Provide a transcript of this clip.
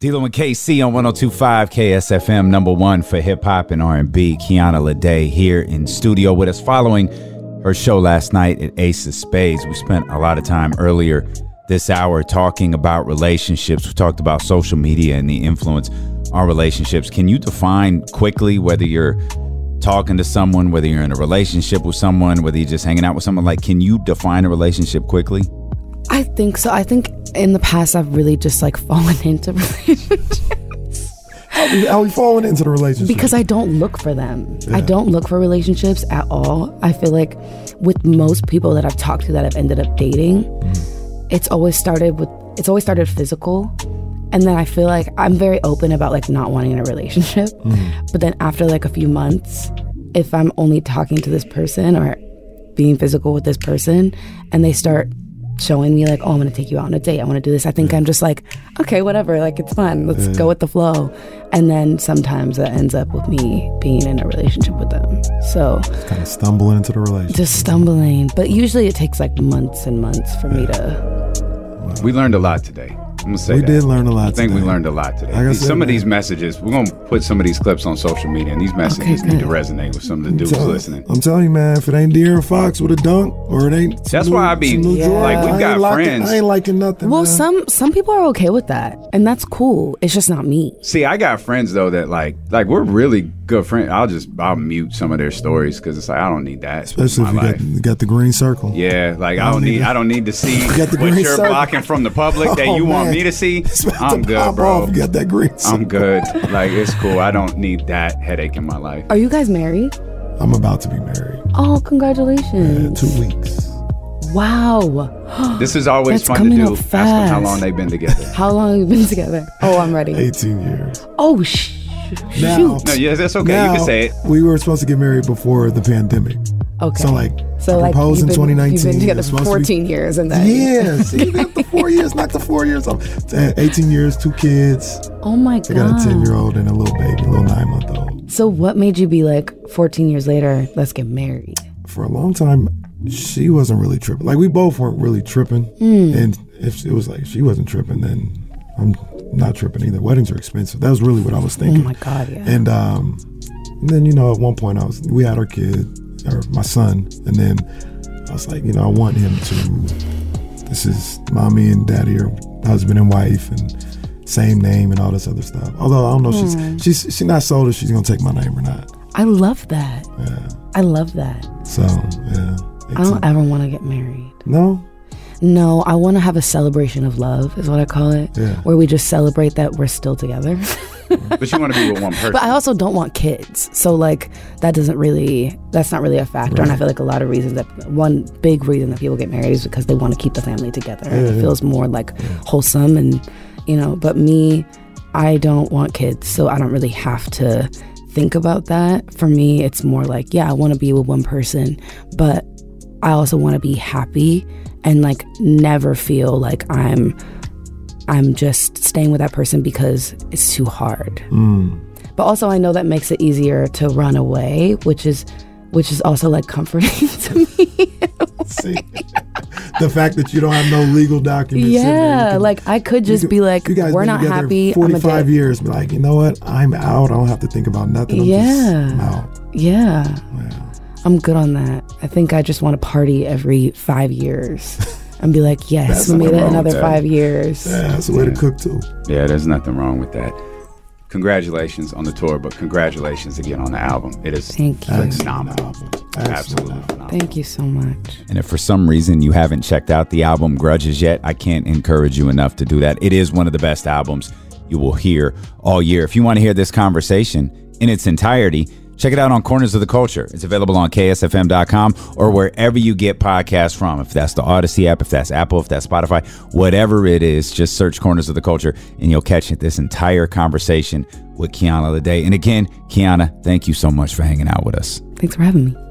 Dealing with KC on 1025 KSFM, number one for hip hop and R&B. Kiana Lede here in studio with us following her show last night at Ace of Spades. We spent a lot of time earlier this hour talking about relationships. We talked about social media and the influence on relationships. Can you define quickly whether you're talking to someone, whether you're in a relationship with someone, whether you're just hanging out with someone? Like, can you define a relationship quickly? I think so. I think in the past I've really just like fallen into relationships How we, how we falling into the relationship? because I don't look for them. I don't look for relationships at all. I feel like with most people that I've talked to that I've ended up dating, it's always started with it's always started physical. And then I feel like I'm very open about like not wanting a relationship. But then after like a few months, if I'm only talking to this person or being physical with this person and they start showing me like, oh, I'm gonna take you out on a date. I wanna do this. I think I'm just like, okay, whatever. Like it's fun. Let's go with the flow. And then sometimes that ends up with me being in a relationship with them. So kind of stumbling into the relationship. just stumbling. But usually it takes like months and months for me to. We learned a lot today. I'm gonna say We that. did learn a lot I think we today. learned a lot today. Like I These- said, some of man. these messages, we're gonna put some of these clips on social media, and these messages Okay, need to good. resonate with some of the dudes Tell- listening. I'm telling you, man, if it ain't De'Aaron Fox with a dunk or it ain't. That's some why new- I be- some new Yeah. Jordan, like, we've I ain't got liking- friends. I ain't liking nothing. Well, man. some some people are okay with that, and that's cool. It's just not me. See, I got friends though that like, like we're really good friends. I'll just I'll mute some of their stories because it's like I don't need that. Especially in if you my got, life. you got the green circle. Yeah, like I I don't don't need need I don't need to see got the what green you're circle. blocking from the public that Oh, you want man. me to see. It's about I'm to good, pop bro. Off. You got that green circle. I'm good. Like it's cool. I don't need that headache in my life. Are you guys married? I'm about to be married. Oh, congratulations! Two weeks. Wow, This is always That's fun to coming do. up Ask them how fast. long they've been together. how long have you been together? Oh, I'm ready. 18 years. Oh, sh- Now- shoot. No, yeah, that's okay. now, you can say it. We were supposed to get married before the pandemic. Okay. So, like, So I like proposed you've in been, 2019. You've been It together was for supposed to be- 14 years, and then Yeah, see, not the four years, not the four years. I'm- uh, 18 years, two kids. Oh my I got a 10 god. year old and a little baby, a little nine month old. So what made you be like 14 years later? Let's get married. For a long time, she wasn't really tripping. Like, we both weren't really tripping. Hmm. And if it was like she wasn't tripping, then I'm not tripping either. Weddings are expensive. That was really what I was Oh thinking. my god, yeah. And um, and then you know, at one point, I was we had our kid or my son, and then I was like, you know, I want him to. This is mommy and daddy or husband and wife and same name and all this other stuff. Although I don't know, if Hmm. she's she's she's not sold if she's gonna take my name or not. I love that. I love that. So yeah, I don't ever want to get married. no, No, I want to have a celebration of love, is what I call it, Yeah. where we just celebrate that we're still together. But you want to be with one person. but I also don't want kids. So, like, that doesn't really, that's not really a factor. And I feel like a lot of reasons that one big reason that people get married is because they want to keep the family together. and it feels more like wholesome and, you know, but me, I don't want kids. So, I don't really have to think about that. For me, it's more like, yeah, I want to be with one person, but I also want to be happy and like never feel like I'm I'm just staying with that person because it's too hard. But also I know that makes it easier to run away, which is which is also like comforting to me. see, the fact that you don't have no legal documents. in there, you yeah, can- like I could just you- be like you guys we're been not together happy. I'm a Forty five dick." years, be like, you know what? I'm out. I don't have to think about nothing. I'm Yeah. just, I'm out. Yeah. Yeah. I'm good on that. I think I just want to party every 5 years and be like, yes, That's we made nothing it wrong with another that. 5 years. Yeah, that's the way to cook too. Yeah, there's nothing wrong with that. Congratulations on the tour, but congratulations again on the album. It is Thank you. phenomenal. Excellent. Absolutely phenomenal. Thank you so much. And if for some reason you haven't checked out the album Grudges yet, I can't encourage you enough to do that. It is one of the best albums you will hear all year. If you want to hear this conversation in its entirety, check it out on Corners of the Culture. It's available on ksfm.com or wherever you get podcasts from. If that's the Odyssey app, if that's Apple, if that's Spotify, whatever it is, just search Corners of the Culture and you'll catch this entire conversation with Kiana Lede. And again, Kiana, thank you so much for hanging out with us. Thanks for having me.